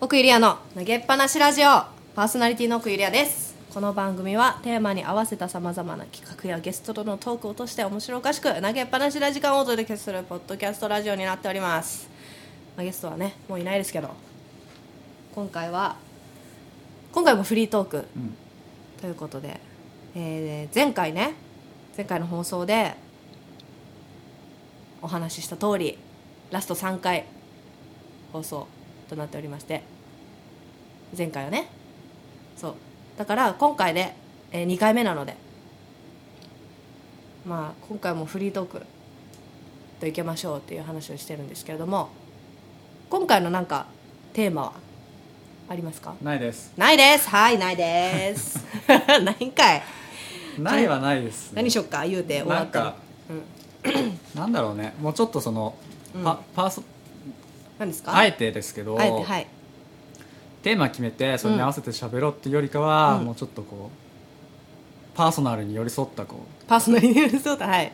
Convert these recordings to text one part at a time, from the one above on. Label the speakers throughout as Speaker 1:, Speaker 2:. Speaker 1: 奥ゆりやの投げっぱなしラジオパーソナリティの奥ゆりやですこの番組はテーマに合わせたさまざまな企画やゲストとのトークを通して面白おかしく投げっぱなしラジ間をお届けするポッドキャストラジオになっております、まあ、ゲストはねもういないですけど今回は今回もフリートーク
Speaker 2: うん
Speaker 1: ということで、えー前回ね前回の放送でお話しした通りラスト3回放送となっておりまして前回はねそうだから今回で、え2回目なのでまあ今回もフリートークといけましょうっていう話をしてるんですけれども今回のなんかテーマはありますか
Speaker 2: ないです
Speaker 1: ないですはいないです ないんかい
Speaker 2: ないはないです、
Speaker 1: 何しよっか言うて終わ
Speaker 2: な
Speaker 1: っ
Speaker 2: ん
Speaker 1: たら
Speaker 2: か、なんだろうねもうちょっとその、パパーソ
Speaker 1: 何ですか
Speaker 2: あえてですけど
Speaker 1: あえてはい
Speaker 2: テーマ決めてそれに合わせて喋ろうっていうよりかは、
Speaker 1: うん
Speaker 2: もうちょっとこうパーソナルに寄り添ったこう
Speaker 1: パーソナリティのそうだはい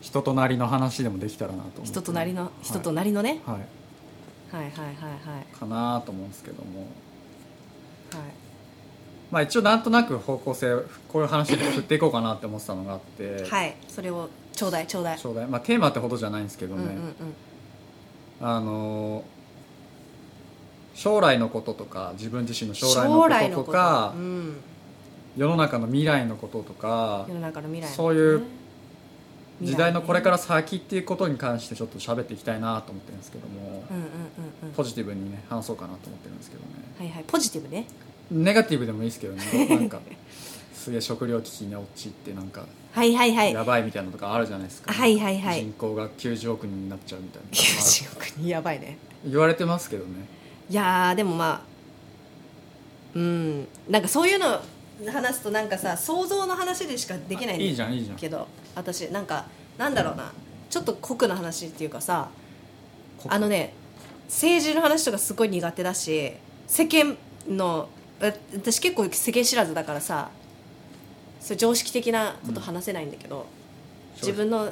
Speaker 2: 人となりの話でもできたらなと思って
Speaker 1: 人となりの人と
Speaker 2: な
Speaker 1: なりのね、
Speaker 2: はい、は
Speaker 1: はい、はいはいはいはい
Speaker 2: いかなと思うんですけどもまあ一応なんとなく方向性こういう話で振っていこうかなって思ってたのがあって、
Speaker 1: はい、それをちょうだいちょうだい
Speaker 2: ちょうだいまあテーマってほどじゃないんですけど
Speaker 1: う
Speaker 2: ね、
Speaker 1: んうんうん
Speaker 2: あのー将来のこととか自分自身の将来
Speaker 1: 将来
Speaker 2: の
Speaker 1: のこ
Speaker 2: こ
Speaker 1: と
Speaker 2: とと
Speaker 1: と
Speaker 2: か
Speaker 1: うん、
Speaker 2: 世の中の未来のこととか
Speaker 1: 世の中の未来のことね
Speaker 2: そういう
Speaker 1: 未来ね
Speaker 2: 時代のこれから先っていうことに関してちょっと喋っていきたいなと思ってるんですけども、
Speaker 1: うんうんうんうん
Speaker 2: ポジティブにね話そうかなと思ってるんですけどね
Speaker 1: はいはいポジティブね
Speaker 2: ネガティブでもいいですけ どねなんかすげえ食糧危機に陥ってなんか
Speaker 1: はいはいはい
Speaker 2: やばいみたいなのとかあるじゃないですか、
Speaker 1: はいはいはい
Speaker 2: 人口が90億人になっちゃうみたいな
Speaker 1: 中国にやばいね
Speaker 2: 言われてますけどね
Speaker 1: いやーでもまあうんなんかそういうの話すとなんかさ想像の話でしかできないんだよね
Speaker 2: いいじゃんいいじゃん
Speaker 1: けど私なんかなんだろうなちょっと酷な話っていうかさあのね政治の話とかすごい苦手だし世間のえ私結構世間知らずだからさそれ常識的なこと話せないんだけど、自分の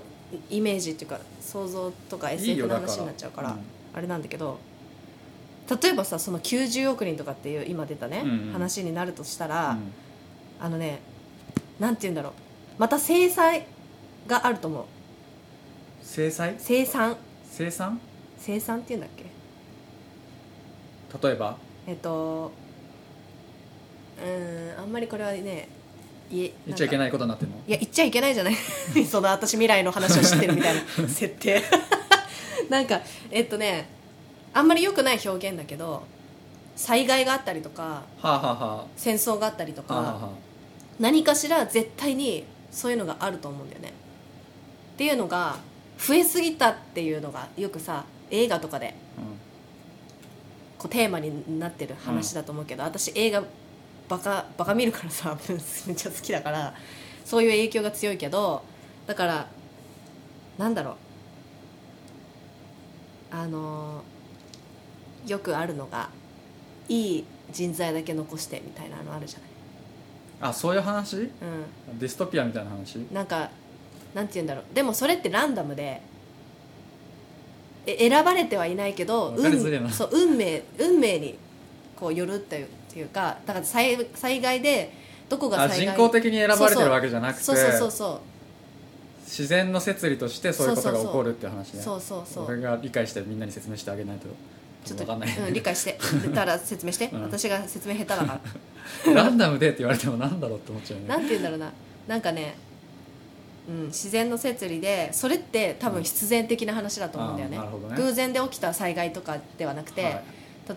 Speaker 1: イメージっていうか想像とか
Speaker 2: いい
Speaker 1: SF
Speaker 2: よ
Speaker 1: の
Speaker 2: だから
Speaker 1: 話になっちゃうから
Speaker 2: うん
Speaker 1: あれなんだけど例えばさその90億人とかっていう今出たね、
Speaker 2: うんうん
Speaker 1: 話になるとしたら、
Speaker 2: うん
Speaker 1: あのねなんて言うんだろうまた制裁があると思う
Speaker 2: 制裁
Speaker 1: 生産
Speaker 2: 生産
Speaker 1: 生産っていうんだっけ
Speaker 2: 例えば
Speaker 1: えっとうーんあんまりこれはね言え
Speaker 2: 言っちゃいけ
Speaker 1: い
Speaker 2: ないことになってるの
Speaker 1: いや言っちゃいけないじゃ ないその私未来の話を知ってるみ たいな設定 なんかえっとねあんまり良くない表現だけど災害があったりとか
Speaker 2: はあ、はあは
Speaker 1: 戦争があったりと
Speaker 2: あ、はあはあ
Speaker 1: か
Speaker 2: はあ
Speaker 1: 何かしら絶対にそういうのがあると思うんだよねっていうのが増えすぎたっていうのがよくさ映画とかでこうテーマになってる話だと思うけど、私映画バカバカ見るからさ めっちゃ好きだからそういう影響が強いけどだからなんだろうあのーよくあるのがいい人材だけ残してみたいなのあるじゃない。
Speaker 2: うん、あそういう話
Speaker 1: うん
Speaker 2: ディストピアみたいな話
Speaker 1: なんかなんて言うんだろうでもそれってランダムでえ選ばれてはいないけど
Speaker 2: わかりづれえな
Speaker 1: 運そう運命運命にこうよるっていうっていうかだから災災害でどこ
Speaker 2: あ
Speaker 1: が災
Speaker 2: 人
Speaker 1: 害
Speaker 2: 工的に選ばれてるわけじゃなくて
Speaker 1: そうそうそうそ
Speaker 2: 自然の摂理としてそういうことが起こるっていう話
Speaker 1: う
Speaker 2: ね
Speaker 1: そうそうそう
Speaker 2: 俺が理解してみんなに説明してあげないと
Speaker 1: ちょっ
Speaker 2: 分
Speaker 1: と、
Speaker 2: かんない、
Speaker 1: うん、理解してたら説明して、
Speaker 2: うん
Speaker 1: 私が説明下手だから
Speaker 2: ランダムでって言われてもなんだろうって思っちゃうよね
Speaker 1: なんて言うんだろうななんかね、うん、自然の摂理でそれって多分必然的な話だと思うんだよね,、
Speaker 2: うんあーなるほどね
Speaker 1: 偶然で起きた災害とかではなくて、
Speaker 2: はい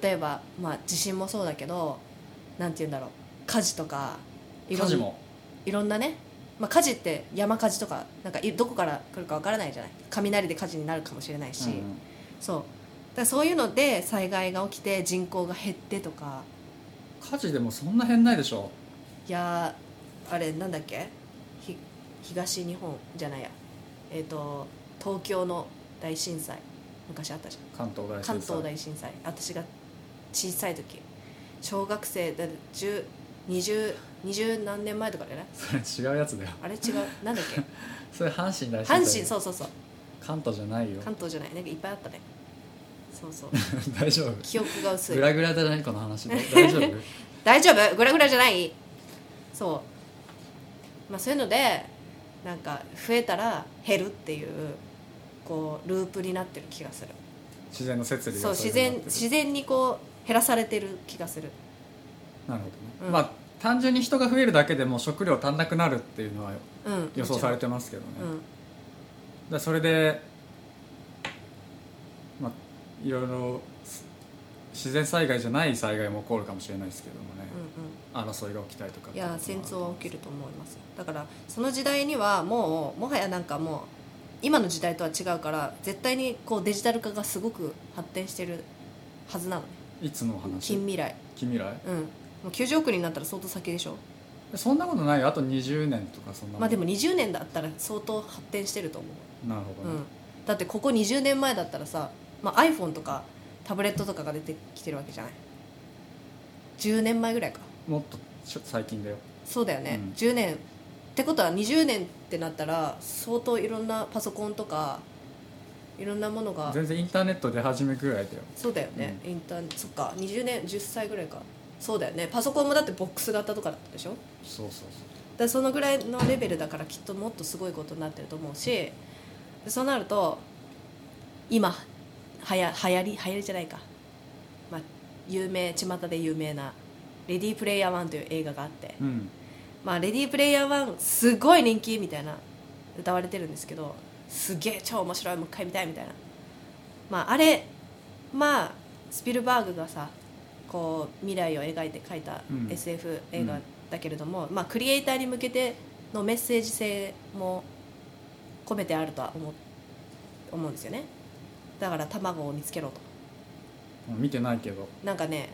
Speaker 1: 例えば、まあ、地震もそうだけどなんて言うんだろう火事とかいろ
Speaker 2: 家
Speaker 1: ん
Speaker 2: 事も
Speaker 1: いろんなね、まあ、火事って山火事とかなんかいどこから来るかわからないじゃない雷で火事になるかもしれないし、
Speaker 2: うんうん
Speaker 1: そうだからそういうので災害が起きて人口が減ってとか
Speaker 2: 家事でもそんな変ないでしょ
Speaker 1: いやーあれなんだっけひ東日本じゃないやえっ、と東京の大震災昔あったじゃん
Speaker 2: 関東大震災
Speaker 1: 関東大震災私が小さい時小学生で10 20, 20何年前とかじゃない
Speaker 2: それ違うやつだよ
Speaker 1: あれ違 うなんだっけ
Speaker 2: それ阪神大震災
Speaker 1: 阪神そうそうそう
Speaker 2: 関東じゃないよ
Speaker 1: 関東じゃないなんかいっぱいあったねそう そう
Speaker 2: 大丈夫
Speaker 1: 記憶が薄い
Speaker 2: グラグラじゃないこの話大丈夫
Speaker 1: 大丈夫グラグラじゃないそうまあそういうのでなんか増えたら減るっていうこうループになってる気がする
Speaker 2: 自然の摂理が
Speaker 1: そう
Speaker 2: い
Speaker 1: 自
Speaker 2: 風に
Speaker 1: 然
Speaker 2: なってる
Speaker 1: 自然にこう減らされてる気がする
Speaker 2: なるほどね、
Speaker 1: うん
Speaker 2: まあ単純に人が増えるだけでも食料足んなくなるっていうのは
Speaker 1: うん
Speaker 2: 予想され
Speaker 1: て
Speaker 2: てますけどね、
Speaker 1: うん
Speaker 2: だそれで、まあ、いろいろす自然災害じゃない災害も起こるかもしれないですけどもね、
Speaker 1: う
Speaker 2: 争いが起きたりとか
Speaker 1: んうん、いや戦争は起き
Speaker 2: る
Speaker 1: ると思いますだからその時代にはもうもはやなんかもう今の時代とは違うから絶対にこうデジタル化がすごく発展してるはずなのね
Speaker 2: いつの話
Speaker 1: 近未来
Speaker 2: 近未来
Speaker 1: うんもう90億人になったら相当先でしょ
Speaker 2: そんなことないよあと20年とかそんな
Speaker 1: まあで
Speaker 2: も
Speaker 1: も20年だったら相当発展してると思
Speaker 2: なるほ
Speaker 1: う、
Speaker 2: ど
Speaker 1: う
Speaker 2: ね、
Speaker 1: ん、だってここ20年前だったらさ、まあ、iPhone とかタブレットとかが出てきてるわけじゃない10年前ぐらいか
Speaker 2: もっとちょ最近だよ
Speaker 1: そうだよね、
Speaker 2: うん
Speaker 1: 10年ってことは20年ってなったら相当いろんなパソコンとかいろんなものが
Speaker 2: 全然インターネット出始めぐらいだよ
Speaker 1: そうだよね、インターそっか20年10歳ぐらいかそうだよねパソコンもだってボックス型とかだったでしょ
Speaker 2: そうそうそ
Speaker 1: だ
Speaker 2: う
Speaker 1: からそのぐらいのレベルだからきっともっとすごいことになってると思うしでそうなると今はや流行り流行りじゃないか、まあ、有名巷で有名な「レディープレイヤー1」という映画があって、
Speaker 2: うん
Speaker 1: まあ、レディープレイヤー1すごい人気みたいな歌われてるんですけどすげえ超面白いもう一回見たいみたいな、まあ、あれまあスピルバーグがさこう未来を描いて描いた
Speaker 2: うん
Speaker 1: SF 映画だけれども、まあ、クリエイターに向けてのメッセージ性も込めてあるとは思う思うんですよねだから卵を見つけろと
Speaker 2: 見てないけど
Speaker 1: なんかね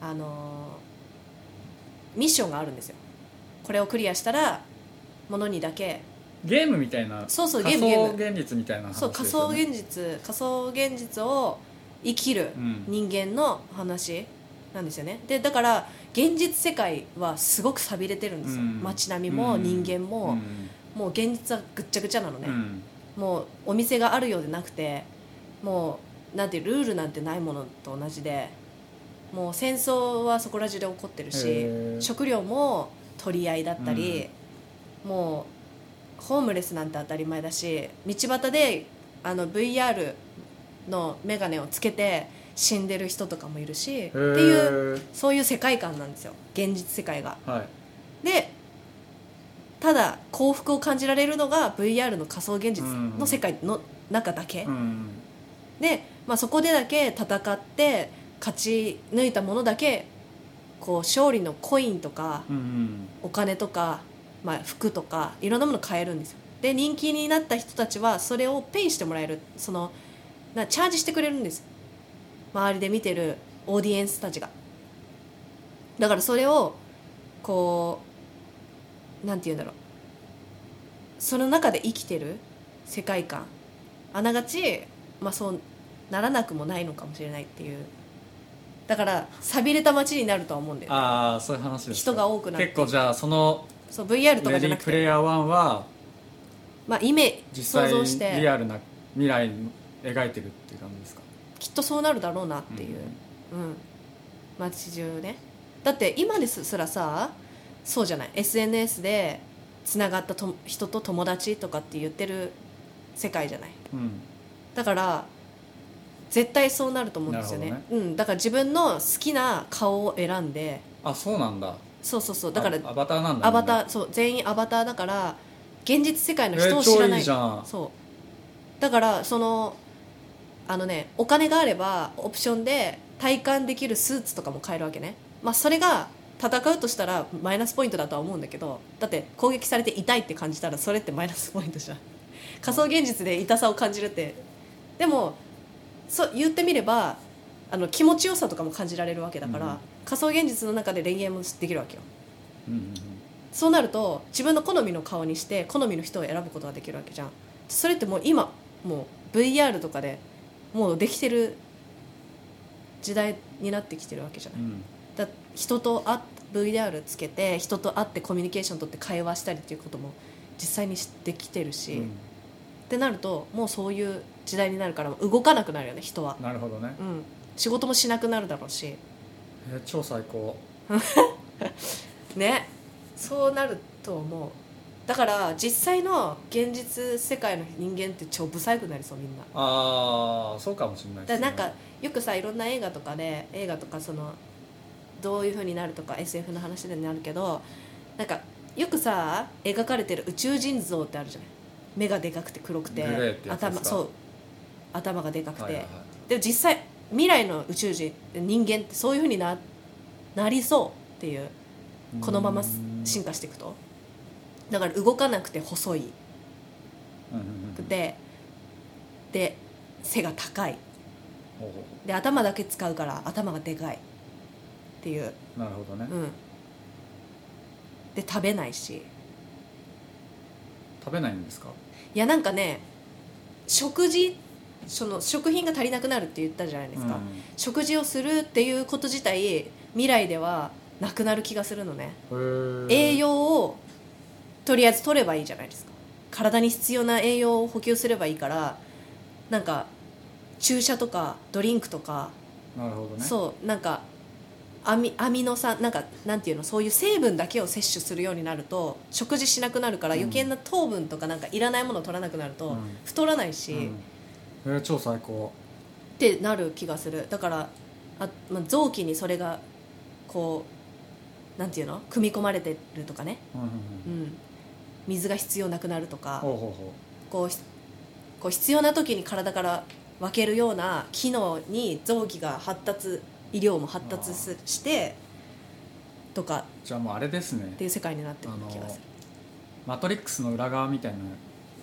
Speaker 1: あのーミッションがあるんですよこれをクリアしたらものにだけ
Speaker 2: ゲームみたいな
Speaker 1: そうそうゲー
Speaker 2: 仮
Speaker 1: ムゲー
Speaker 2: 想
Speaker 1: ム
Speaker 2: 現実みたいな話
Speaker 1: そう仮
Speaker 2: ですよ
Speaker 1: 想
Speaker 2: ね
Speaker 1: 現実仮想現実を生きる
Speaker 2: うん
Speaker 1: 人間の話なんですよねでだから現実世界はすごく寂れてるんですよ、
Speaker 2: うん
Speaker 1: 街並みも
Speaker 2: うん
Speaker 1: 人間も、
Speaker 2: うん
Speaker 1: もう現実はぐっちゃぐちゃなのね、
Speaker 2: うん
Speaker 1: もうお店があるようでなくてもうなんてルールなんてないものと同じでもう戦争はそこら中で起こってるし
Speaker 2: へー
Speaker 1: 食料も取り合いだったり、もうホームレスなんて当たり前だし道端であの VR の眼鏡をつけて死んでる人とかもいるしっていう
Speaker 2: う
Speaker 1: そういう世界観なんですよ現実世界が。
Speaker 2: はい
Speaker 1: でただ幸福を感じられるのが VR の仮想現実の世界の中だけ、
Speaker 2: うん
Speaker 1: で、まあ、そこでだけ戦って勝ち抜いたものだけこう勝利のコインとか
Speaker 2: うんうん
Speaker 1: お金とか、まあ、服とかいろんなもの買えるんですよで人気になった人たちはそれをペイしてもらえるそのなチャージしてくれるんです周りで見てるオーディエンスたちがだからそれをこうなんて言うんだろうその中で生きてる世界観あながち、まあ、そうならなくもないのかもしれないっていうだから寂れた街になるとは思うんだよね
Speaker 2: ああそういう話ですか
Speaker 1: 人が多くなって
Speaker 2: 結構じゃあその
Speaker 1: そう VR とか
Speaker 2: レ
Speaker 1: じ
Speaker 2: デ
Speaker 1: ゃな
Speaker 2: ィ
Speaker 1: く
Speaker 2: ープ
Speaker 1: て
Speaker 2: レイヤー1は
Speaker 1: まあ、イメージ
Speaker 2: 実
Speaker 1: 想像し
Speaker 2: 際リ
Speaker 1: て
Speaker 2: アルな未来を描いてるっていう感じですか
Speaker 1: きっとそうなるだろうなっていう、うん街中ねだって今ですらさそうじゃない SNS でつながったと人と友達とかって言ってる世界じゃない
Speaker 2: うん
Speaker 1: だから絶対そうなると思うんですよね
Speaker 2: なる
Speaker 1: うん、だから自分の好きな顔を選んで
Speaker 2: あそうなんだ
Speaker 1: そうそうそうだから
Speaker 2: あアバターなんだ
Speaker 1: アバターそう全員アバターだから現実世界
Speaker 2: み
Speaker 1: の
Speaker 2: ん
Speaker 1: 人
Speaker 2: なえ
Speaker 1: を
Speaker 2: ー
Speaker 1: 知
Speaker 2: 超
Speaker 1: ら
Speaker 2: い
Speaker 1: ない
Speaker 2: いじゃん
Speaker 1: そうだからそのあのねお金があればオプションで体感できるスーツとかも買えるわけねまあそれが戦うとしたらマイナスポイントだとは思うんだけどだって攻撃されて痛いって感じたらそれってマイナスポイントじゃん仮想現実で痛さを感じるってでもそう言ってみればあの気持ちよさとかも感じられるわけだから、
Speaker 2: うん
Speaker 1: 仮想現実の中で恋愛もできるわけよ
Speaker 2: うんうんうん
Speaker 1: そうなると自分の好みの顔にして好みの人を選ぶことができるわけじゃんそれってもう今もう VR とかでもうできてる時代になってきてるわけじゃな
Speaker 2: う
Speaker 1: い
Speaker 2: ん
Speaker 1: だ人と会っ VR つけて人と会ってコミュニケーション取って会話したりっていうことも実際にしできてるし、
Speaker 2: うん
Speaker 1: ってなるともうそういう時代になるから動かなくなるよね人は、
Speaker 2: なるほどね
Speaker 1: うん、仕事もしなくなるだろうし
Speaker 2: えー超最高
Speaker 1: ねそうなると思うだから実際の現実世界の人間って超不細工になりそうみんな
Speaker 2: ああそうかもしれない
Speaker 1: だ
Speaker 2: です
Speaker 1: から
Speaker 2: ね
Speaker 1: なんかよくさいろんな映画とかで映画とかそのどういう風になるとか SF の話でなるけどなんかよくさ描かれてる宇宙人像ってあるじゃない目がでかくて黒くて
Speaker 2: グレーってやつですか
Speaker 1: 頭そう頭がでかくて、
Speaker 2: はいはいはい
Speaker 1: でも実際未来の宇宙人人間ってそういう風にななりそうっていうこのまま進化していくとだから動かなくて細い
Speaker 2: うんうんうん
Speaker 1: くてで背が高い
Speaker 2: ほうほうほ
Speaker 1: で頭だけ使うから頭がでかいっていう、
Speaker 2: うなるほどね、
Speaker 1: うん、で食べないし
Speaker 2: 食べないんですか
Speaker 1: いやなんかね食事その食品が足りなくなるって言ったじゃないですか、食事をするっていうこと自体未来ではなくなる気がするのね、
Speaker 2: うんへー
Speaker 1: 栄養をとりあえず取ればいいじゃないですか体に必要な栄養を補給すればいいからなんか注射とかドリンクとか
Speaker 2: なるほどね
Speaker 1: そうなんかアミアミノ酸なんかなんていうのそういう成分だけを摂取するようになると食事しなくなるから
Speaker 2: うん
Speaker 1: 余計な糖分とかなんかいらないものを取らなくなる
Speaker 2: う
Speaker 1: と
Speaker 2: ん
Speaker 1: 太らないし、
Speaker 2: う
Speaker 1: っ
Speaker 2: んえー超最高
Speaker 1: てなる気がするだからあ、まあ、臓器にそれがこうなんていうの組み込まれてるとかね、
Speaker 2: うんうんうん
Speaker 1: うん、水が必要なくなるとか
Speaker 2: ほうほうほ
Speaker 1: こうひこう必要な時に体から分けるような機能に臓器が発達医療も発達すしてとか
Speaker 2: うじゃあもうあれですね
Speaker 1: っていう世界になってる気がする
Speaker 2: マトリックスの裏側みたいな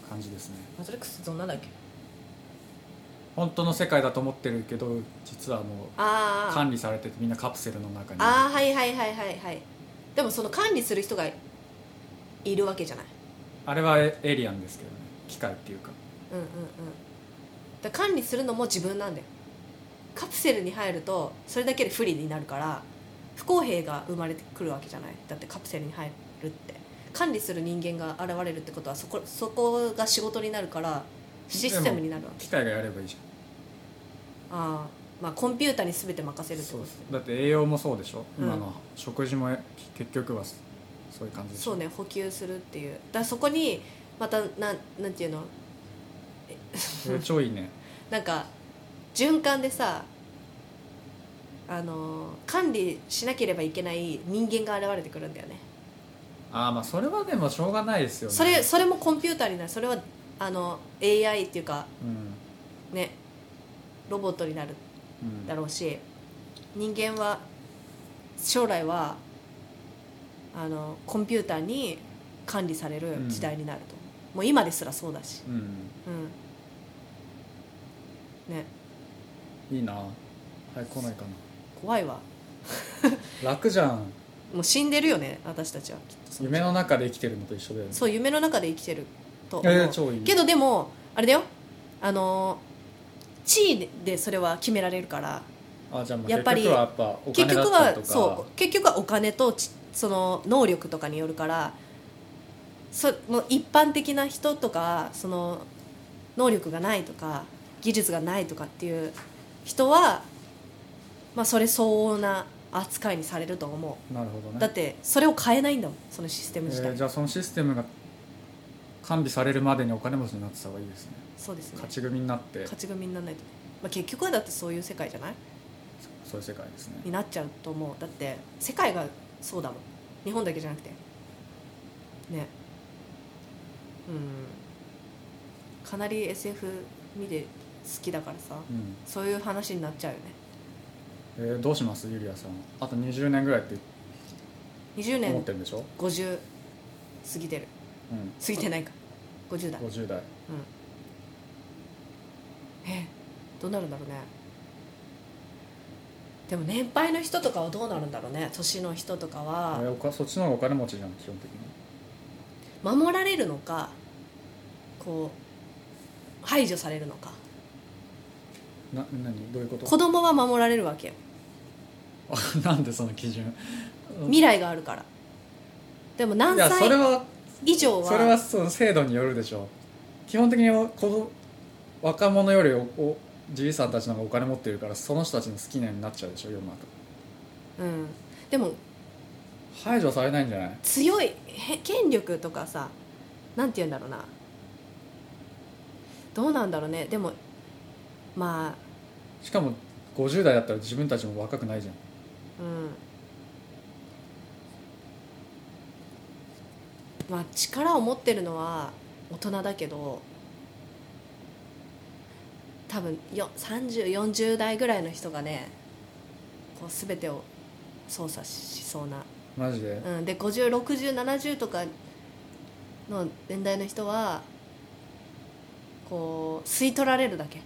Speaker 2: 感じですね
Speaker 1: マトリックスどんなだっけ
Speaker 2: 本当の世界だと思ってるけど実はもう
Speaker 1: あー
Speaker 2: 管理されててみんなカプセルの中に
Speaker 1: あーはいはいはいはいはいでもその管理する人がいるわけじゃない
Speaker 2: あれはエエイリアンですけどね機械っていうか
Speaker 1: うんうんうんだから管理するのも自分なんだよカプセルに入るとそれだけで不利になるから不公平が生まれてくるわけじゃないだってカプセルに入るって管理する人間が現れるってことはそこそこが仕事になるからシステムになるわけ
Speaker 2: 機械がやればいいじ
Speaker 1: ああまあコンピューターに全て任せ
Speaker 2: ゃん
Speaker 1: るって
Speaker 2: そ
Speaker 1: こ
Speaker 2: う
Speaker 1: と
Speaker 2: そうだって栄養もそうでしょ、
Speaker 1: うん
Speaker 2: 今の食事も結局はそういう感じでしょ
Speaker 1: そうね補給するっていうだからそこにまたなんなんていうの
Speaker 2: えー超いいね
Speaker 1: なんか循環でさあのー管理しなければいけない人間が現れてくるんだよね
Speaker 2: ああまあそれはでもしょうがないですよね
Speaker 1: それそれもコンピューターになるそれはあの AI っていうか
Speaker 2: うん
Speaker 1: ねロボットになる
Speaker 2: うん
Speaker 1: だろうし人間は将来はあのコンピューターに管理される時代になると、もう今ですらそうだし
Speaker 2: うん
Speaker 1: うんね
Speaker 2: いいなはい来ないか
Speaker 1: 怖いわ
Speaker 2: な楽じゃん
Speaker 1: もう死んでるよね私たちはきっとその
Speaker 2: 夢の中で生きてるのと一緒だよね
Speaker 1: そう夢の中で生きてると思う、
Speaker 2: えー、超いい
Speaker 1: けどでもあれだよあのー地位でそれは決められるから
Speaker 2: あじゃあまあ
Speaker 1: やっぱり
Speaker 2: 結局はやっぱお
Speaker 1: 結
Speaker 2: 金だ
Speaker 1: 局
Speaker 2: った
Speaker 1: は
Speaker 2: りとか
Speaker 1: そう結局はお金とちその能力とかによるからそもう一般的な人とかその能力がないとか技術がないとかっていう人は、まあ、それ相応な扱いにされると思
Speaker 2: なるほど
Speaker 1: う
Speaker 2: ね
Speaker 1: だってそれを変えないんだもんそのシステム自体、
Speaker 2: えーじゃあそのシステムが管理されるまでにお金持ちになってた方がいいですね
Speaker 1: そうですね
Speaker 2: 勝ち組になって
Speaker 1: 勝ち組にならないと、まあ、結局はだってそういう世界じゃない
Speaker 2: そういう世界ですね
Speaker 1: になっちゃうと思うだって世界がそうだもん日本だけじゃなくてねうんかなり SF 見て好きだからさ
Speaker 2: うん
Speaker 1: そういう話になっちゃうよね
Speaker 2: えーどうしますゆりやさんあと20年ぐらいって
Speaker 1: 20
Speaker 2: 思っ
Speaker 1: 年
Speaker 2: てるんでしょ、
Speaker 1: 50過ぎてる
Speaker 2: うん、
Speaker 1: 過ぎてないか50代うん
Speaker 2: 50代
Speaker 1: えどうなるんだろうねでも年配の人とかはどうなるんだろうね年の人とか
Speaker 2: え
Speaker 1: は
Speaker 2: ーおかそっちの方がお金持ちじゃん基本的に
Speaker 1: 守られるのかこう排除されるのか
Speaker 2: な何どういうこと
Speaker 1: 子供は守られるわけよ
Speaker 2: あ なんでその基準
Speaker 1: 未来があるからでも何
Speaker 2: いやそ
Speaker 1: 歳
Speaker 2: れは
Speaker 1: 以上
Speaker 2: それは
Speaker 1: は
Speaker 2: その制度によるでしょ基本的にこの若者よりおおじいさんたちの方がお金持ってるからその人たちの好きなようになっちゃうでしょ世の
Speaker 1: う
Speaker 2: 中
Speaker 1: ん、でも
Speaker 2: 排除されないんじゃない
Speaker 1: 強いへ権力とかさなんて言うんだろうなどうなんだろうねでもまあ
Speaker 2: しかも50代だったら自分たちも若くないじゃん
Speaker 1: うんまあ力を持ってるのは大人だけど多分よ3040代ぐらいの人がねこう全てを操作しそうな
Speaker 2: マジで、
Speaker 1: うん、で506070とかの年代の人はこう吸い取られるだけい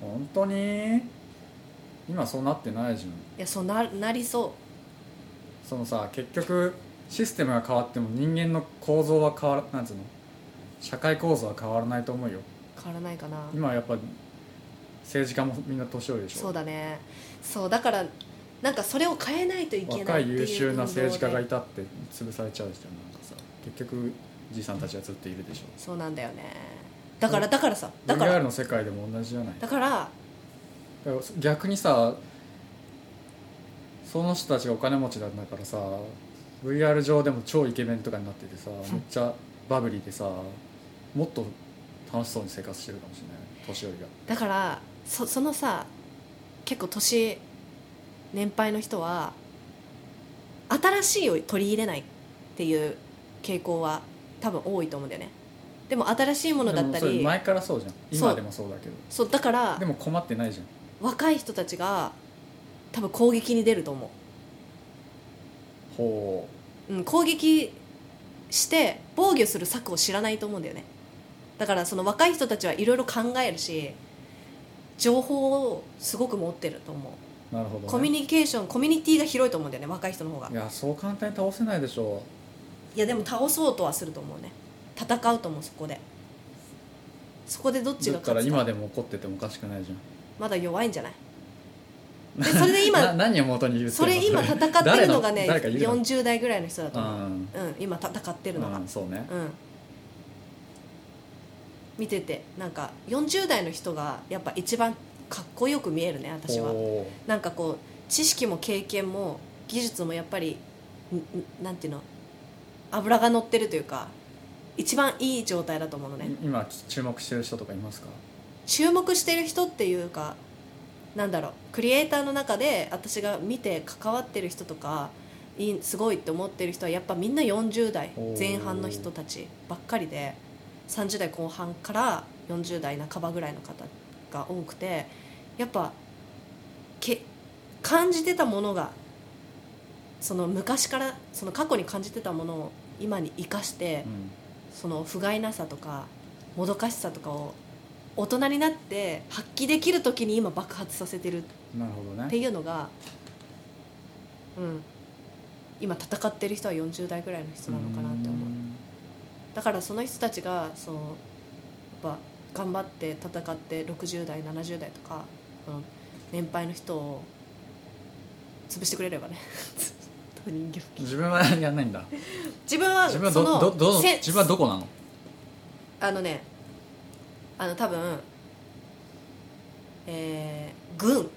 Speaker 2: 本当に今そうなってないじゃん
Speaker 1: やそうななりそ
Speaker 2: そのさ結局システムが変わっても人間の構造は変わらなんつうの社会構造は変わらないと思うよ
Speaker 1: う変わらないかな
Speaker 2: 今やっぱ政治家もみんな年寄りでしょ
Speaker 1: そうだねそうだからなんかそれを変えないといけな
Speaker 2: 若
Speaker 1: いって
Speaker 2: い
Speaker 1: いう
Speaker 2: 優秀な政治家
Speaker 1: 運
Speaker 2: が
Speaker 1: 動
Speaker 2: い
Speaker 1: で
Speaker 2: たって潰されちゃうじゃんなんかさ結局じいさんたちはずっといるでしょ
Speaker 1: そうなんだよねだからだからさだから
Speaker 2: VR の世界でも同じじゃない
Speaker 1: だから
Speaker 2: だから逆にさその人たちがお金持ちなんだからさ VR 上でも超イケメンとかになっててさめっちゃバブリーでさもっと楽しそうに生活してるかもしれない年寄りが
Speaker 1: だからそそのさ結構年年配の人は新しいを取り入れないっていう傾向は多分多いと思うんだよねでも新しいものだった
Speaker 2: でもそれ
Speaker 1: り
Speaker 2: 前からそうじゃん
Speaker 1: そう
Speaker 2: 今でもそうだけど
Speaker 1: そうだから
Speaker 2: でも困ってないじゃん
Speaker 1: 若い人たちが多分攻撃に出ると思
Speaker 2: ほ
Speaker 1: う、うん、攻撃して防御する策を知らないと思うんだよねだからその若い人たちはいろいろ考えるし情報をすごく持ってると思う
Speaker 2: うなるほど、ね、
Speaker 1: コミュニケーションコミュニティが広いと思うんだよね若い人の方が
Speaker 2: いやそう簡単に倒せないでしょ
Speaker 1: いやでも倒そうとはすると思うね戦うと思うそこでそこでどっち
Speaker 2: だ
Speaker 1: が
Speaker 2: から
Speaker 1: 勝つ
Speaker 2: 今
Speaker 1: か
Speaker 2: でも怒っててもおかしくないじゃん
Speaker 1: まだ弱いん じゃないでそれで
Speaker 2: な
Speaker 1: 今
Speaker 2: 何を元に言って
Speaker 1: そ
Speaker 2: んの
Speaker 1: れ今戦ってるのがね
Speaker 2: 誰誰かいるの
Speaker 1: 40代ぐらいの人だと
Speaker 2: う
Speaker 1: 思う、
Speaker 2: ん、
Speaker 1: うん、今戦ってるのが
Speaker 2: うん、そうね
Speaker 1: うん見ててなんか40代の人がやっぱ一番かっこよく見えるね私は
Speaker 2: ほ
Speaker 1: なんかこう知識も経験も技術もやっぱりんんなんていうの油が乗ってるというか一番いい状態だと思うの
Speaker 2: う
Speaker 1: ね、
Speaker 2: 今注目してる人とかいますか
Speaker 1: 注目してる人っていうかなんだろうクリエイターの中で私が見て関わってる人とかいいすごいって思ってる人はやっぱみんな40代
Speaker 2: おー
Speaker 1: 前半の人たちばっかりで30代後半から40代半ばぐらいの方が多くてやっぱけ感じてたものがその昔からその過去に感じてたものを今に生かして
Speaker 2: うん
Speaker 1: その不甲斐なさとかもどかしさとかを大人になって発揮できる時に今爆発させてるっ
Speaker 2: なるほど
Speaker 1: て
Speaker 2: ね
Speaker 1: いうのが、うん、今戦ってる人は40代ぐらいの人なのかなって思うだからその人たちがそうやっぱ頑張って戦って60代70代とかその年配の人を潰してくれれ ばね 人形
Speaker 2: 自分はやんないんだ
Speaker 1: 自分は
Speaker 2: 自
Speaker 1: そ
Speaker 2: 分
Speaker 1: の
Speaker 2: はどどどの
Speaker 1: せ
Speaker 2: 自分はどこなの
Speaker 1: あのねあの多分えー、軍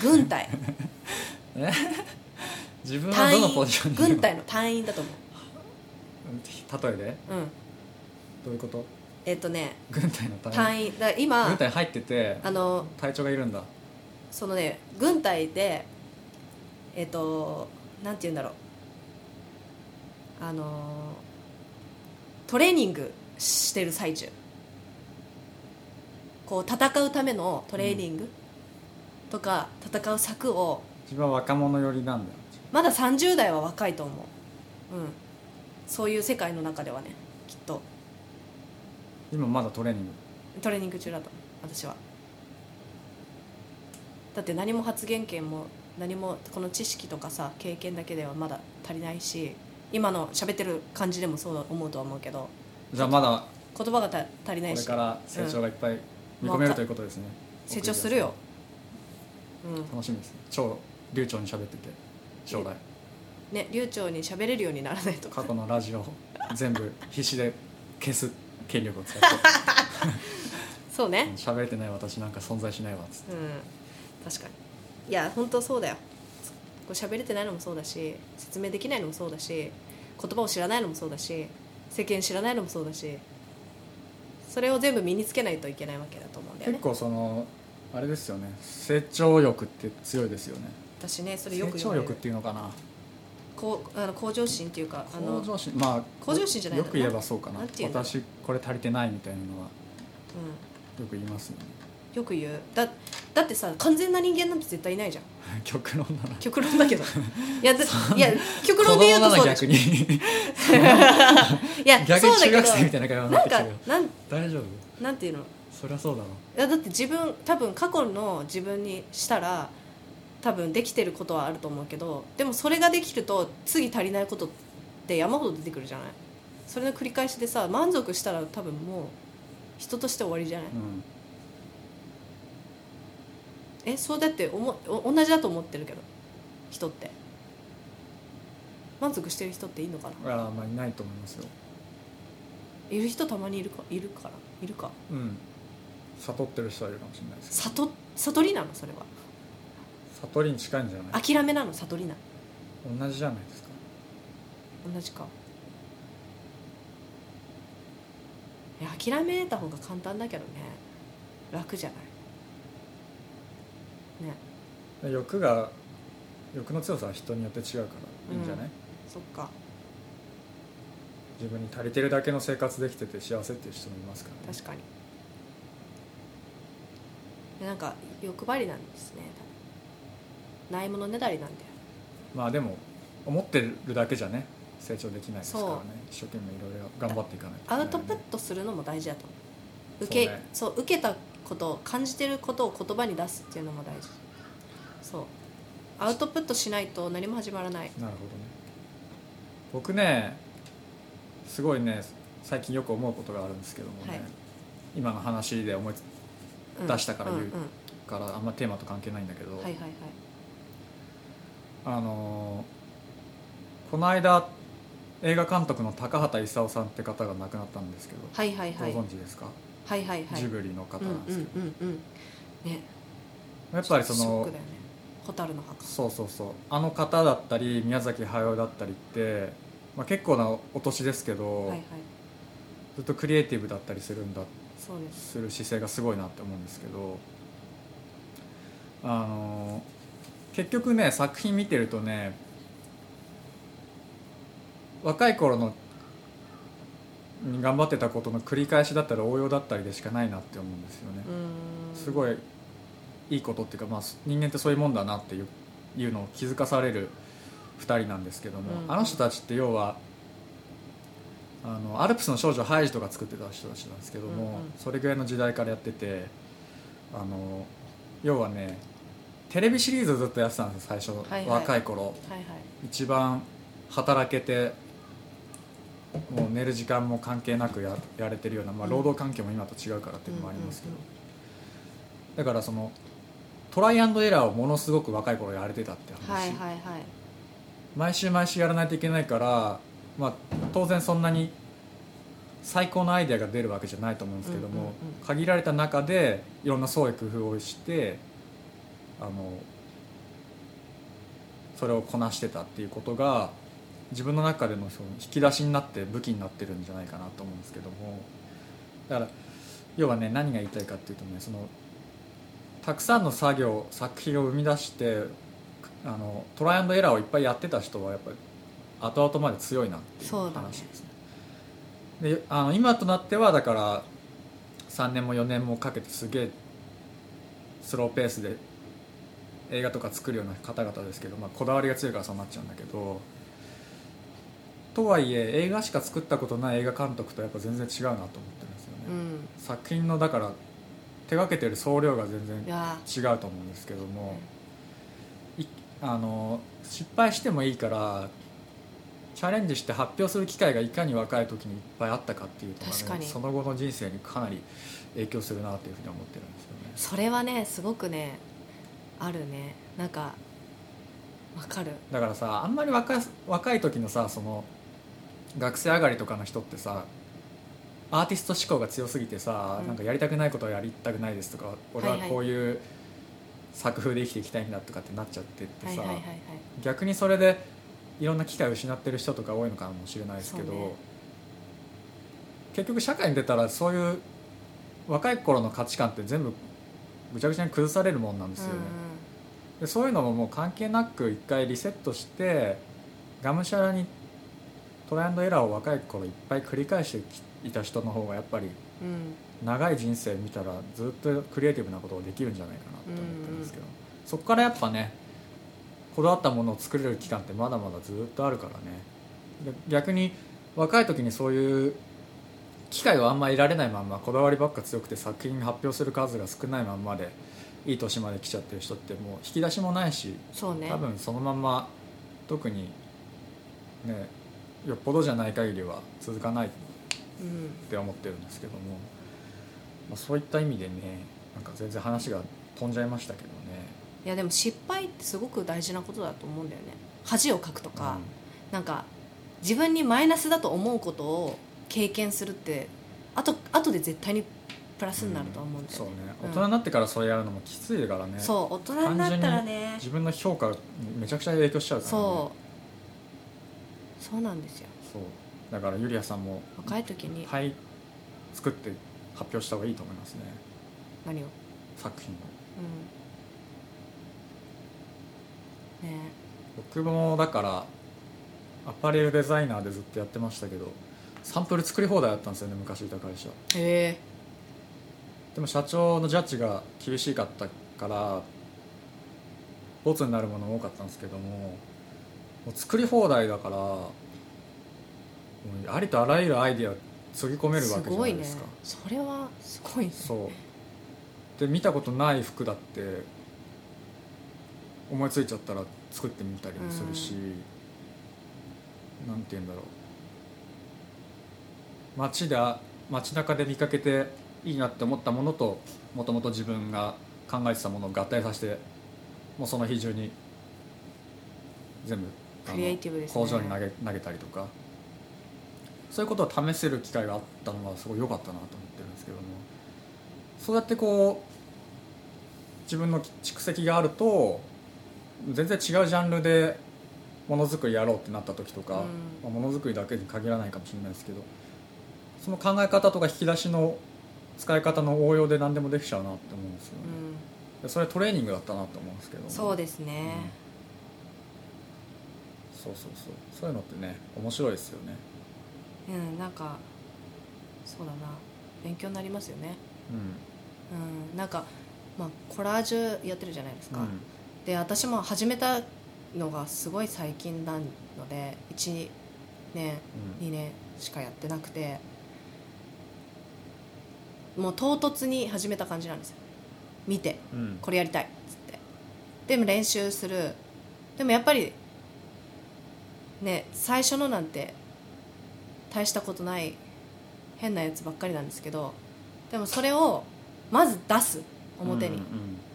Speaker 1: 軍 隊
Speaker 2: 自分は
Speaker 1: 隊
Speaker 2: ど
Speaker 1: 員
Speaker 2: のポジションにいるの
Speaker 1: 軍隊の隊員だと思
Speaker 2: 例えで
Speaker 1: ううん
Speaker 2: どういうこと
Speaker 1: えっ、とね
Speaker 2: 軍隊の隊員
Speaker 1: 隊員だから今
Speaker 2: 軍隊入ってて
Speaker 1: あの
Speaker 2: 隊長がいるんだ
Speaker 1: そのね軍隊でえっ、となんて言うんだろうあのトレーニングしてる最中こう戦うためのトレーニングとか、戦う策を
Speaker 2: 自分は若者寄りなんだよ
Speaker 1: まだ30代は若いと思う、うん、そういう世界の中ではねきっと
Speaker 2: 今まだトレーニング
Speaker 1: トレーニング中だと思う私はだって何も発言権も何もこの知識とかさ経験だけではまだ足りないし今の喋ってる感じでもそう思うとは思うけど
Speaker 2: じゃあまだ
Speaker 1: 言葉がた足りな
Speaker 2: こ
Speaker 1: い
Speaker 2: れ
Speaker 1: し
Speaker 2: から成長がいっぱい見込めるということですね
Speaker 1: 成長するよ、うん、
Speaker 2: 楽しみですね超流暢に喋ってて将来
Speaker 1: ね流暢に喋れるようにならないと
Speaker 2: 過
Speaker 1: か
Speaker 2: 去のラジオを全部必死で消す権力を使って
Speaker 1: そうね
Speaker 2: 喋れてない私なんか存在しないわっつって
Speaker 1: うん確かにいや本当そうだよこう喋れてないのもそうだし説明できないのもそうだし言葉を知らないのもそうだし世間知らないのもそうだしそれを全部身につけないといけないわけだと思うんだよね
Speaker 2: 結構そのあれですよね成長欲って強いですよね
Speaker 1: 私ねそれよ
Speaker 2: 成
Speaker 1: く言
Speaker 2: 長
Speaker 1: われる
Speaker 2: 力っていうのかな
Speaker 1: こうあの向上心っていうかあの
Speaker 2: 向上心まあ
Speaker 1: 向上心じゃない
Speaker 2: よく言えばそうかな
Speaker 1: なんていうんだろう
Speaker 2: 私これ足りてないみたいなのは
Speaker 1: う
Speaker 2: よく言いますよね
Speaker 1: ん、よく言うだだってさ完全な人間なんて絶対いないじゃん
Speaker 2: 極論なら
Speaker 1: 極論だ けどいやだいや極論で言うと
Speaker 2: 子供な
Speaker 1: そう
Speaker 2: ら
Speaker 1: でし
Speaker 2: 逆
Speaker 1: ょ
Speaker 2: に
Speaker 1: いや
Speaker 2: 逆
Speaker 1: そう
Speaker 2: に
Speaker 1: だけど
Speaker 2: 中学生みたいな会話にな
Speaker 1: な
Speaker 2: っ
Speaker 1: ん
Speaker 2: てき
Speaker 1: か
Speaker 2: てるよ
Speaker 1: なん
Speaker 2: 大丈夫
Speaker 1: なんていうの
Speaker 2: そりゃそうだろ
Speaker 1: いやだって自分多分過去の自分にしたら多分できてることはあると思うけどでもそれができると次足りないことって山ほど出てくるじゃないそれの繰り返しでさ満足したら多分もう人として終わりじゃない、
Speaker 2: うん
Speaker 1: えそうだって思お同じだと思ってるけど人って満足してる人っていいのかない
Speaker 2: やあんまりないと思いますよ
Speaker 1: いる人たまにいるかいるからいるか
Speaker 2: うん悟ってる人はいるかもしれないです
Speaker 1: 悟悟りなのそれは
Speaker 2: 悟りに近いんじゃない
Speaker 1: 諦めなの悟りなの
Speaker 2: 同じじゃないですか
Speaker 1: 同じかいや諦めた方が簡単だけどね楽じゃないね
Speaker 2: 欲が欲の強さは人によって違うからいいんじゃない、
Speaker 1: うそっか
Speaker 2: 自分に足りてるだけの生活できてて幸せっていう人もいますから、ね、
Speaker 1: 確かにでなんか欲張りなんですね多分ないものねだりなんだよ
Speaker 2: まあでも思ってるだけじゃね成長できないですからね
Speaker 1: そう
Speaker 2: 一生懸命いろいろ頑張っていかないといけ
Speaker 1: ア
Speaker 2: ないね、
Speaker 1: ウトプットするのも大事だと思う受け
Speaker 2: そうね
Speaker 1: そう,、受けたこと感じてることを言葉に出すっていうのも大事そうアウトプットしないと何も始まらない
Speaker 2: なるほどね僕ねすごいね最近よく思うことがあるんですけどもね、
Speaker 1: はい
Speaker 2: 今の話で思いつ
Speaker 1: うん
Speaker 2: 出したから言うん
Speaker 1: ん
Speaker 2: くからあんまテーマと関係ないんだけど、
Speaker 1: はいはいはい
Speaker 2: あのーこの間映画監督の高畑勲さんって方が亡くなったんですけど、
Speaker 1: はいはいはい
Speaker 2: ご存知ですか、
Speaker 1: はいはいはい
Speaker 2: ジブリの方
Speaker 1: うん
Speaker 2: なんですけど、
Speaker 1: うんうんうんね
Speaker 2: やっぱりそ
Speaker 1: ショッ
Speaker 2: の
Speaker 1: クだよね蛍の墓
Speaker 2: そうそうそうあの方だったり宮崎駿だったりって、まあ、結構なお年ですけど、
Speaker 1: はいはい
Speaker 2: ずっとクリエイティブだったりするんだ
Speaker 1: そうです
Speaker 2: する姿勢がすごいなって思うんですけどあの結局ね作品見てるとね若い頃のに頑張ってたことの繰り返しだったり応用だったりでしかないなって思うんですよね
Speaker 1: う。ーん
Speaker 2: すご
Speaker 1: い
Speaker 2: いいいことっていうか、まあ、人間ってそういうもんだなっていういうのを気づかされる2人なんですけども、
Speaker 1: うん
Speaker 2: あの人たちって要はあのアルプスの少女ハイジとか作ってた人たちなんですけども、
Speaker 1: うんうん
Speaker 2: それぐらいの時代からやっててあの要はねテレビシリーズをずっとやってたんですよ最初、
Speaker 1: はいはい
Speaker 2: 若い頃
Speaker 1: はいはい
Speaker 2: 一番働けてもう寝る時間も関係なくややれてるような、まあ、
Speaker 1: うん
Speaker 2: 労働環境も今と違うからっていうのもありますけど、
Speaker 1: うんうん
Speaker 2: だからそのトライアンドエラーをものすごく若い頃やれてたって話、
Speaker 1: はいはいはい
Speaker 2: 毎週毎週やらないといけないから、まあ、当然そんなに最高のアイデアが出るわけじゃないと思うんですけども、
Speaker 1: うんうんうん
Speaker 2: 限られた中でいろんな創意工夫をしてあのそれをこなしてたっていうことが自分の中でのその引き出しになって武器になってるんじゃないかなと思うんですけどもだから要はね何が言いたいかっていうとねそのたくさんの作業作品を生み出してあのトライアンドエラーをいっぱいやってた人はやっぱり後々まで強いなっていう
Speaker 1: そうだね
Speaker 2: 話ですね。であの今となってはだから3年も4年もかけてすげえスローペースで映画とか作るような方々ですけど、まあ、こだわりが強いからそうなっちゃうんだけどとはいえ映画しか作ったことない映画監督とやっぱ全然違うなと思ってるんですよね、
Speaker 1: うん
Speaker 2: 作品のだから手がけてる総量が全然
Speaker 1: いや
Speaker 2: 違うと思うんですけども、いあの失敗してもいいからチャレンジして発表する機会がいかに若い時にいっぱいあったかっていうと
Speaker 1: 確かに
Speaker 2: その後の人生にかなり影響するなというふうに思ってるんですよね。
Speaker 1: それはねすごくねあるねなんかわかる
Speaker 2: だからさあんまり若い若い時のさその学生上がりとかの人ってさアーティスト思考が強すぎてさ、
Speaker 1: うん
Speaker 2: なんかやりたくないことはやりたくないですとか俺は
Speaker 1: はいはい
Speaker 2: こういう作風で生きていきたいんだとかってなっちゃってって
Speaker 1: はい
Speaker 2: さ、
Speaker 1: はいはいはい
Speaker 2: 逆にそれでいろんな機会を失ってる人とか多いのかもしれないですけど、
Speaker 1: そうね
Speaker 2: 結局社会に出たらそういう若い頃の価値観って全部ぐちゃぐちゃに崩されるもんなんですよね。でそういうのももう関係なく一回リセットしてがむしゃらにトライアンドエラーを若い頃いっぱい繰り返してきいた人の方がやっぱり
Speaker 1: うんうん
Speaker 2: 長い人生見たらずっとクリエイティブなことができるんじゃないかなと思ってるんですけど、そこからやっぱねこだわったものを作れる期間ってまだまだずっとあるからねで逆に若い時にそういう機会をあんまり得られないまんまこだわりばっか強くて作品発表する数が少ないまんまでいい年まで来ちゃってる人ってもう引き出しもないし
Speaker 1: そうね
Speaker 2: 多分そのまま特にねよっぽどじゃない限りは続かない
Speaker 1: うん
Speaker 2: って思ってるんですけども、まあ、そういった意味でねなんか全然話が飛んじゃいましたけどね、
Speaker 1: いやでも失敗ってすごく大事なことだと思うんだよね恥をかくと
Speaker 2: うん
Speaker 1: か、なんか自分にマイナスだと思うことを経験するってあとあとで絶対にプラスになると思うんだよ
Speaker 2: そうね
Speaker 1: ね、
Speaker 2: 大人になってからそれやるのもきついからね、
Speaker 1: そう大人になったらね
Speaker 2: 自分の評価にめちゃくちゃ影響しちゃうから、ね、
Speaker 1: そうそうなんですよ
Speaker 2: そうだからゆりやさんも
Speaker 1: 若い時に
Speaker 2: はい作って発表した方がいいと思いますね
Speaker 1: 何をうん
Speaker 2: 作品を
Speaker 1: ね
Speaker 2: 僕もだからアパレルデザイナーでずっとやってましたけどサンプル作り放題だったんですよね昔いた会社
Speaker 1: えへ
Speaker 2: でも社長のジャッジが厳しかったからボツになるものも多かったんですけどももう作り放題だからもうありとあらゆるアイディアつぎ込
Speaker 1: え
Speaker 2: める
Speaker 1: す
Speaker 2: わけじゃ
Speaker 1: ご
Speaker 2: ないい
Speaker 1: ね
Speaker 2: ですか
Speaker 1: それはすごいね
Speaker 2: そうで見たことない服だって思いついちゃったら作ってみたりもするし、なんて言うんだろう街で街中で見かけていいなって思ったものともともと自分が考えてたものを合体させてもうその日中に全部あの
Speaker 1: クリエイティブですね
Speaker 2: 工場に投げ投げたりとかそういうことを試せる機会があったのはすごい良かったなと思ってるんですけどもそうやってこう自分の蓄積があると全然違うジャンルでものづくりやろうってなった時とか、
Speaker 1: う
Speaker 2: まあものづくりだけに限らないかもしれないですけどその考え方とか引き出しの使い方の応用で何でもできちゃうなって思うんですよね、でそれトレーニングだったなと思うんですけ
Speaker 1: う
Speaker 2: ども
Speaker 1: ん、そうですね、
Speaker 2: そうそうそうそういうのってね面白いですよね
Speaker 1: うん、なんかそうだな勉強になりますよね、
Speaker 2: うん
Speaker 1: うん、なんか、まあ、コラージュやってるじゃないですか、で私も始めたのがすごい最近なので1年
Speaker 2: うん
Speaker 1: 2年しかやってなくてもう唐突に始めた感じなんですよ見て
Speaker 2: うん
Speaker 1: これやりたいっつってでも練習するでもやっぱりね最初のなんて大したことない変なやつばっかりなんですけどでもそれをまず出す表に、
Speaker 2: うんうん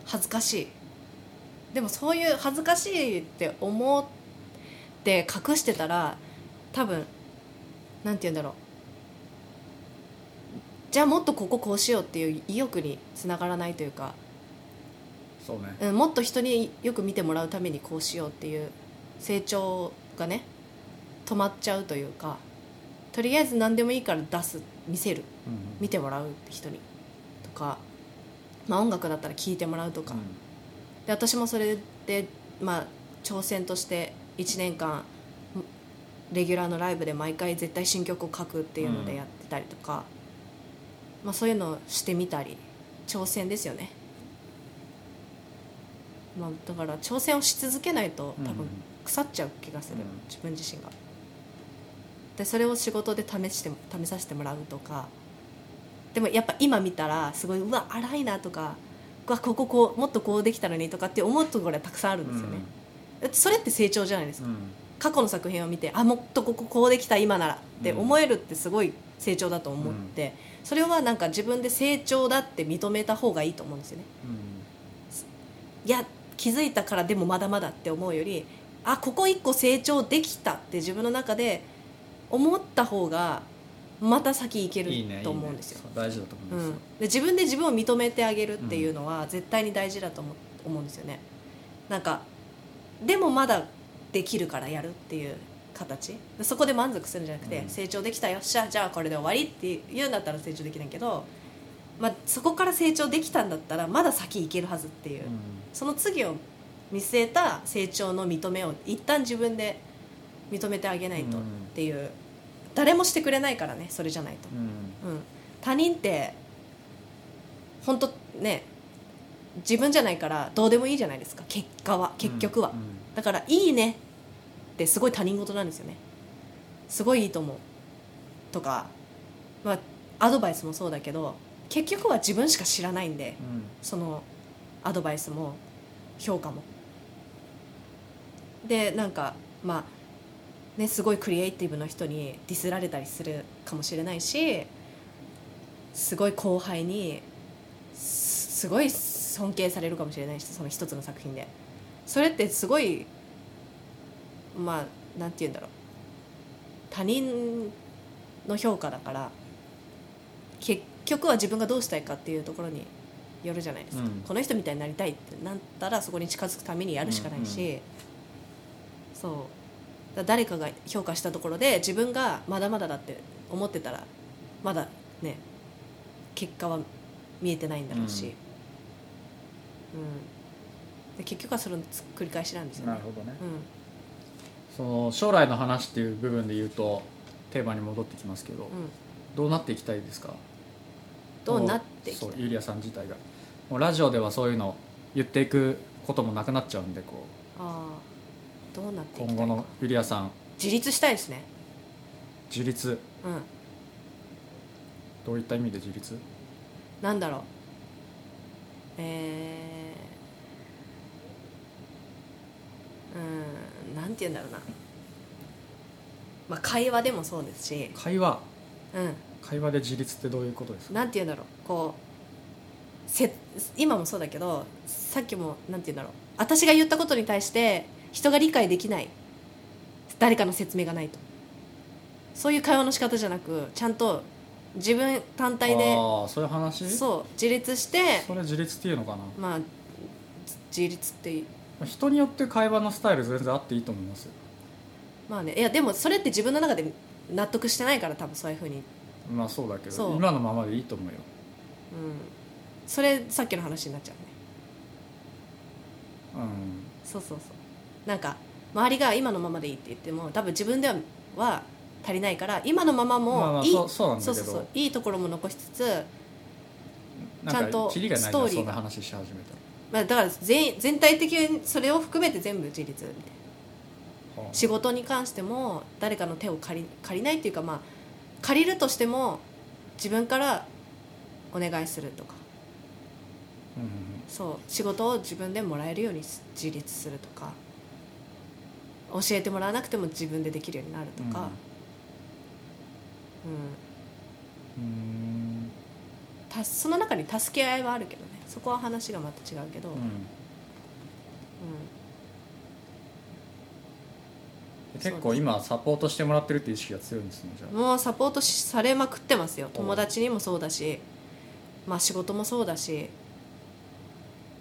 Speaker 1: 恥ずかしいでもそういう恥ずかしいって思って隠してたら多分なんて言うんだろうじゃあもっとこここうしようっていう意欲につながらないというか
Speaker 2: そうね
Speaker 1: うん、もっと人によく見てもらうためにこうしようっていう成長がね止まっちゃうというかとりあえず何でもいいから出す見せる
Speaker 2: うんうん
Speaker 1: 見てもらう人にとか、まあ、音楽だったら聴いてもらうとか、で私もそれで、まあ、挑戦として1年間レギュラーのライブで毎回絶対新曲を書くっていうのでやってたりとか、まあ、そういうのをしてみたり挑戦ですよね、まあ、だから挑戦をし続けないと多
Speaker 2: うん
Speaker 1: 分腐っちゃう気がする、
Speaker 2: うん
Speaker 1: 自分自身がでそれを仕事で試して試させてもらうとかでもやっぱ今見たらすごいうわ荒いなとかうわこここうもっとこうできたのにとかって思うところがたくさんあるんですよね、だってそれって成長じゃないです
Speaker 2: う
Speaker 1: か、
Speaker 2: んうん
Speaker 1: 過去の作品を見てあもっとこここうできた今ならって思えるってすごい成長だと思って、それはなんか自分で成長だって認めた方がいいと思うんですよね
Speaker 2: うん
Speaker 1: いや気づいたからでもまだまだって思うよりあここ一個成長できたって自分の中で思った方がまた先行ける
Speaker 2: いいねいいね
Speaker 1: と思うんですよ
Speaker 2: そう大事だと思
Speaker 1: う
Speaker 2: うんです
Speaker 1: ん
Speaker 2: よ、、
Speaker 1: で自分で自分を認めてあげるっていうのは絶対に大事だと思思うんですよねなんかでもまだできるからやるっていう形でそこで満足するんじゃなくて、
Speaker 2: うん
Speaker 1: 成長できたよっしゃじゃあこれで終わりって言うんだったら成長できないけど、まあ、そこから成長できたんだったらまだ先行けるはずっていう、
Speaker 2: うん
Speaker 1: その次を見据えた成長の認めを一旦自分で認めてあげないとっていう、誰もしてくれないからねそれじゃないと。
Speaker 2: うん
Speaker 1: うん、他人って本当ね自分じゃないからどうでもいいじゃないですか結果は結局は、
Speaker 2: うん
Speaker 1: だから「いいね」ってすごい他人事なんですよねすごいいいと思うとか、まあ、アドバイスもそうだけど結局は自分しか知らないんで
Speaker 2: うん
Speaker 1: そのアドバイスも評価もでなんかまあねすごいクリエイティブの人にディスられたりするかもしれないしすごい後輩にすすごい尊敬されるかもしれないしその一つの作品でそれってすごいまあなんて言うんだろう他人の評価だから結局は自分がどうしたいかっていうところによるじゃないですか、
Speaker 2: うん
Speaker 1: この人みたいになりたいってなったらそこに近づくためにやるしかないし、そうだ誰かが評価したところで自分がまだまだだって思ってたらまだね結果は見えてないんだろうし、うんで結局はそれの繰り返しなんですよね
Speaker 2: なるほどね
Speaker 1: うん
Speaker 2: その将来の話っていう部分で言うとテーマに戻ってきますけど、
Speaker 1: うん、
Speaker 2: どうなっていきたいですか
Speaker 1: どうなっていきたい
Speaker 2: もうそうユリアさん自体がもうラジオではそういうの言っていくこともなくなっちゃうんでこ
Speaker 1: ああどうなっ
Speaker 2: う
Speaker 1: ていきた
Speaker 2: 今
Speaker 1: いか
Speaker 2: 後のユリアさん
Speaker 1: 自立したいですね
Speaker 2: 自立
Speaker 1: うん
Speaker 2: どういった意味で自立
Speaker 1: なんだろうえー、うんなんて言うんだろうなまあ会話でもそうですし
Speaker 2: 会話
Speaker 1: うん
Speaker 2: 会話で自立ってどういうことですか
Speaker 1: なんて言うんだろうこうせ今もそうだけどさっきもなんて言うんだろう私が言ったことに対して人が理解できない誰かの説明がないとそういう会話の仕方じゃなくちゃんと自分単体で
Speaker 2: ああそういう話
Speaker 1: そう自立して
Speaker 2: それ自立っていうのかな
Speaker 1: まあ自立って
Speaker 2: 人によって会話のスタイル全然あっていいと思いますよ
Speaker 1: まあねいやでもそれって自分の中で納得してないから多分そういうふうに、うん、
Speaker 2: まあそうだけ
Speaker 1: そ
Speaker 2: ど
Speaker 1: う
Speaker 2: 今のままでいいと思うよ
Speaker 1: それさっきの話になっちゃうね
Speaker 2: うん
Speaker 1: そうそうそうなんか周りが今のままでいいって言っても多分自分ではは足りないから今のまま
Speaker 2: まあま
Speaker 1: も
Speaker 2: あ
Speaker 1: いい、
Speaker 2: そうそうなんだ
Speaker 1: そ
Speaker 2: けど
Speaker 1: うそうそういいところも残しつつ、
Speaker 2: なん
Speaker 1: ちゃんと
Speaker 2: かキリがない
Speaker 1: ストー
Speaker 2: な
Speaker 1: リー
Speaker 2: そんな話し始めた
Speaker 1: まあ、だから全全体的にそれを含めて全部自立みたいな
Speaker 2: らはあ
Speaker 1: 仕事に関しても誰かの手を借り借りないっていうかまあ借りるとしても自分からお願いするとか
Speaker 2: うんうん
Speaker 1: そう仕事を自分でもらえるようにす自立するとか教えてもらわなくても自分でできるようになるとか、うん
Speaker 2: うんうん
Speaker 1: たその中に助け合いはあるけどねそこは話がまた違うけど、
Speaker 2: う
Speaker 1: うん
Speaker 2: ん結構今サポートしてもらってるっていう意識が強いんですねじゃあ
Speaker 1: もうサポートしされまくってますよ友達にもそうだし、まあ、仕事もそうだし、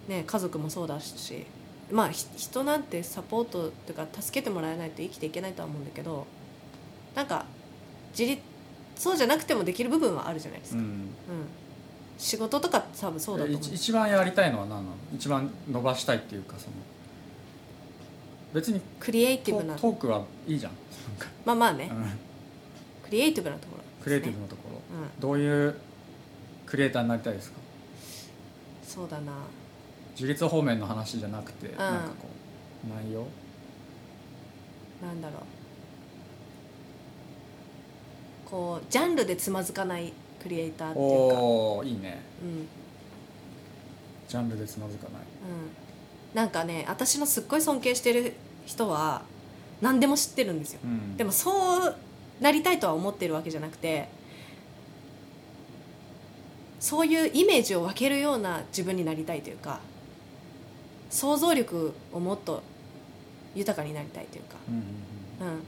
Speaker 1: ね、家族もそうだし、まあ、ひ人なんてサポートとか助けてもらえないと生きていけないとは思うんだけどなんか自立そうじゃなくてもできる部分はあるじゃないです
Speaker 2: う
Speaker 1: か、
Speaker 2: ん
Speaker 1: うん仕事とか多分そうだと
Speaker 2: え
Speaker 1: 思う
Speaker 2: 一一番やりたいのは何なの一番伸ばしたいっていうかその別に
Speaker 1: クリエイティ
Speaker 2: ト
Speaker 1: ブな
Speaker 2: トークはいいじゃんなんか
Speaker 1: まあまあね、
Speaker 2: うん
Speaker 1: クリエイティブなところですね、
Speaker 2: クリエイティブのところ
Speaker 1: うん
Speaker 2: どういうクリエイターになりたいですか
Speaker 1: そうだな
Speaker 2: 自立方面の話じゃなくて、
Speaker 1: ん
Speaker 2: なんかこう内容
Speaker 1: なんだろうこうジャンルでつまずかないクリエイターっていうか
Speaker 2: おおーいいね
Speaker 1: うんうん
Speaker 2: ジャンルでつまずかない
Speaker 1: なんかね私のすっごい尊敬してる人は何でも知ってるんですよ
Speaker 2: うん
Speaker 1: でもそうなりたいとは思ってるわけじゃなくてそういうイメージを分けるような自分になりたいというか想像力をもっと豊かになりたいというか
Speaker 2: うんうん
Speaker 1: うん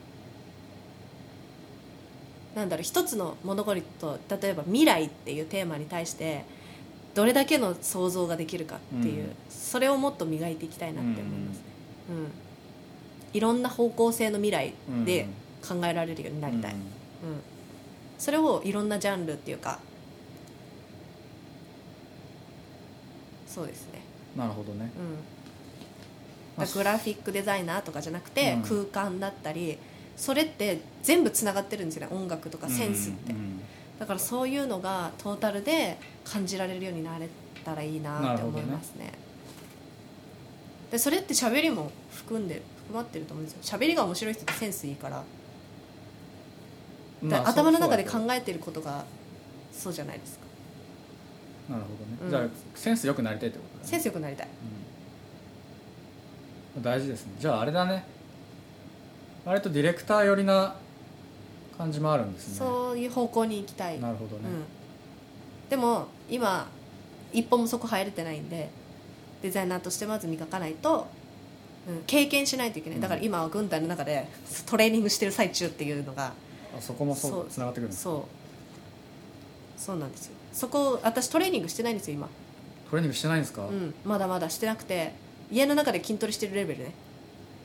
Speaker 1: なんだろう一つの物事と例えば未来っていうテーマに対してどれだけの想像ができるかっていう、
Speaker 2: うん
Speaker 1: それをもっと磨いていきたいなって思います、うんいろんな方向性の未来で考えられるようになりたい、うん、それをいろんなジャンルっていうかそうですね、
Speaker 2: なるほどね
Speaker 1: うん、
Speaker 2: まあ
Speaker 1: だグラフィックデザイナーとかじゃなくて、
Speaker 2: うん
Speaker 1: 空間だったりそれって全部つながってるんですよね音楽とかセンスって、
Speaker 2: うんうん
Speaker 1: だからそういうのがトータルで感じられるようになれたらいいなって思いますねでそれって喋りも含んで含まってると思うんですよ喋りが面白い人ってセンスいいから
Speaker 2: うん
Speaker 1: だ
Speaker 2: まあ
Speaker 1: 頭の中で
Speaker 2: そう
Speaker 1: 考えてることがそうじゃないですか
Speaker 2: なるほどね、
Speaker 1: うん
Speaker 2: じゃあセンス良くなりたいってことだね
Speaker 1: センス良くなりたい
Speaker 2: うん大事ですねじゃああれだね割とディレクター寄りな感じもあるんですね
Speaker 1: そういう方向に行きたい、うん
Speaker 2: なるほどね、
Speaker 1: でも今一歩もそこ入れてないんでデザイナーとしてまず磨かないと、うん、経験しないといけないだから今は軍隊の中でトレーニングしてる最中っていうのが
Speaker 2: あそこもそ
Speaker 1: そう
Speaker 2: うつながってくるんです
Speaker 1: そうそうなんですよそこ私トレーニングしてないんですよ今、
Speaker 2: トレーニングしてないんですか、
Speaker 1: うん、まだまだしてなくて家の中で筋トレしてるレベルね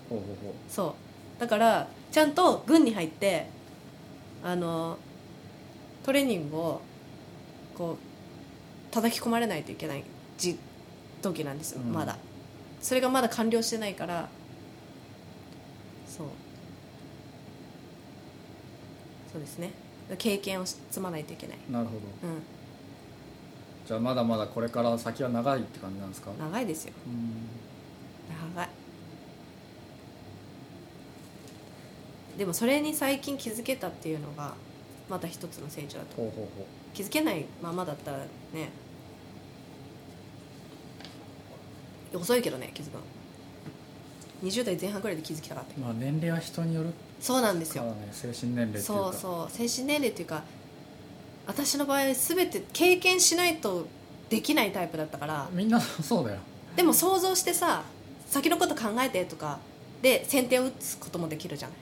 Speaker 2: ほうほうほ
Speaker 1: そうだからちゃんと軍に入ってあのトレーニングをこう叩き込まれないといけない時時なんですよ、
Speaker 2: うん
Speaker 1: まだそれがまだ完了してないからそうそうですね経験を積まないといけないう
Speaker 2: なるほど
Speaker 1: う
Speaker 2: じゃあまだまだこれから先は長いって感じなんですか
Speaker 1: ん長いですよ
Speaker 2: うん
Speaker 1: 長いでもそれに最近気づけたっていうのがまた一つの成長だと
Speaker 2: ほうほうほ
Speaker 1: 気づけないままだったらね遅いけどね気づくの20代前半くらいで気づきたかった
Speaker 2: うまあ年齢は人による
Speaker 1: そうなんです
Speaker 2: から
Speaker 1: よ
Speaker 2: ね精神年齢っていうか
Speaker 1: そうそう精神年齢っていうか私の場合全て経験しないとできないタイプだったから、
Speaker 2: みんな そうだよ
Speaker 1: でも想像してさ先のこと考えてとかで先手を打つこともできるじゃない、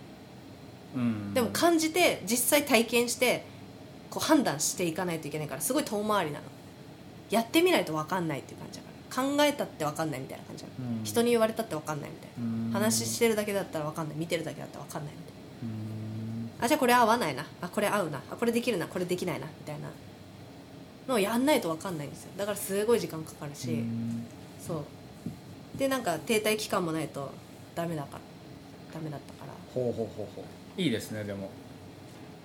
Speaker 2: うん
Speaker 1: でも感じて実際体験してこう判断していかないといけないからすごい遠回りなのやってみないと分かんないっていう感じだから考えたって分かんないみたいな感じだから、
Speaker 2: うん
Speaker 1: 人に言われたって分かんないみたいな、
Speaker 2: うん
Speaker 1: 話してるだけだったら分かんない見てるだけだったら分かんないみたい
Speaker 2: うん
Speaker 1: なあじゃあこれ合わないなあこれ合うなあこれできるなこれできないなみたいなのをやんないと分かんないんですよだからすごい時間かかるし、
Speaker 2: うん
Speaker 1: そうでなんか停滞期間もないとダメだからダメだったから
Speaker 2: ほうほうほうほういいですねでも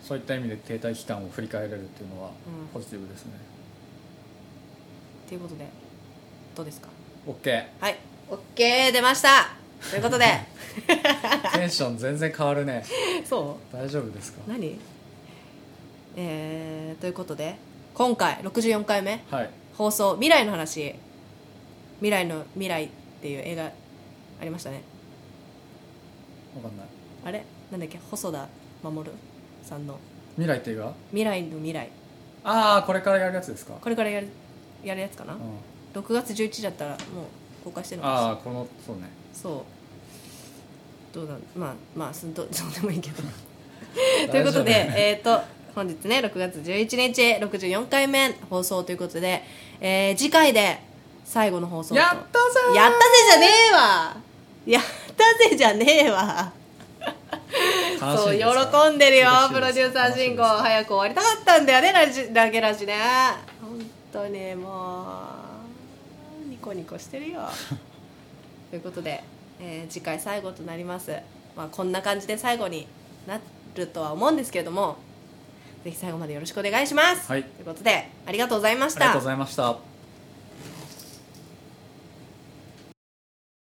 Speaker 2: そういった意味で停滞期間を振り返れるっていうのは
Speaker 1: うん
Speaker 2: ポジティブですね、
Speaker 1: っていうことでどうですか
Speaker 2: オッケ
Speaker 1: はい OK 出ましたということで
Speaker 2: ーテンション全然変わる ね
Speaker 1: そ
Speaker 2: 大丈夫ですか
Speaker 1: 何えー、ということで今回64回目
Speaker 2: はい
Speaker 1: 放送「未来の話」「未来の未来」っていう映画ありましたね
Speaker 2: 分かんない
Speaker 1: あれなんだっけ細田守さんの
Speaker 2: 未来って映画
Speaker 1: 「未来の未来
Speaker 2: ああこれからやるやつですか」
Speaker 1: これからやるやるやつかな、
Speaker 2: うん
Speaker 1: 6月11だったらもう公開してるのかしら
Speaker 2: ああこのそうね
Speaker 1: そうどうなんまあまあすんどどうで もいいけ どということで、えっ、と本日ね6月11日64回目放送ということで、えー次回で最後の放送と
Speaker 2: やったぜー
Speaker 1: やったぜじゃねえわやったぜじゃねえわ
Speaker 2: 楽し
Speaker 1: そう
Speaker 2: みですか
Speaker 1: 喜んでるよ
Speaker 2: 嬉しいです
Speaker 1: プロデューサー進行
Speaker 2: 楽しみです
Speaker 1: 早く終わりたかったんだよねラジラゲラジね本当にもうニコニコして るよということで、えー次回最後となります、まあ、こんな感じで最後になるとは思うんですけれどもぜひ最後までよろしくお願いします、
Speaker 2: はい
Speaker 1: ということでありがとうございまし
Speaker 2: ありが
Speaker 1: た
Speaker 2: とうございました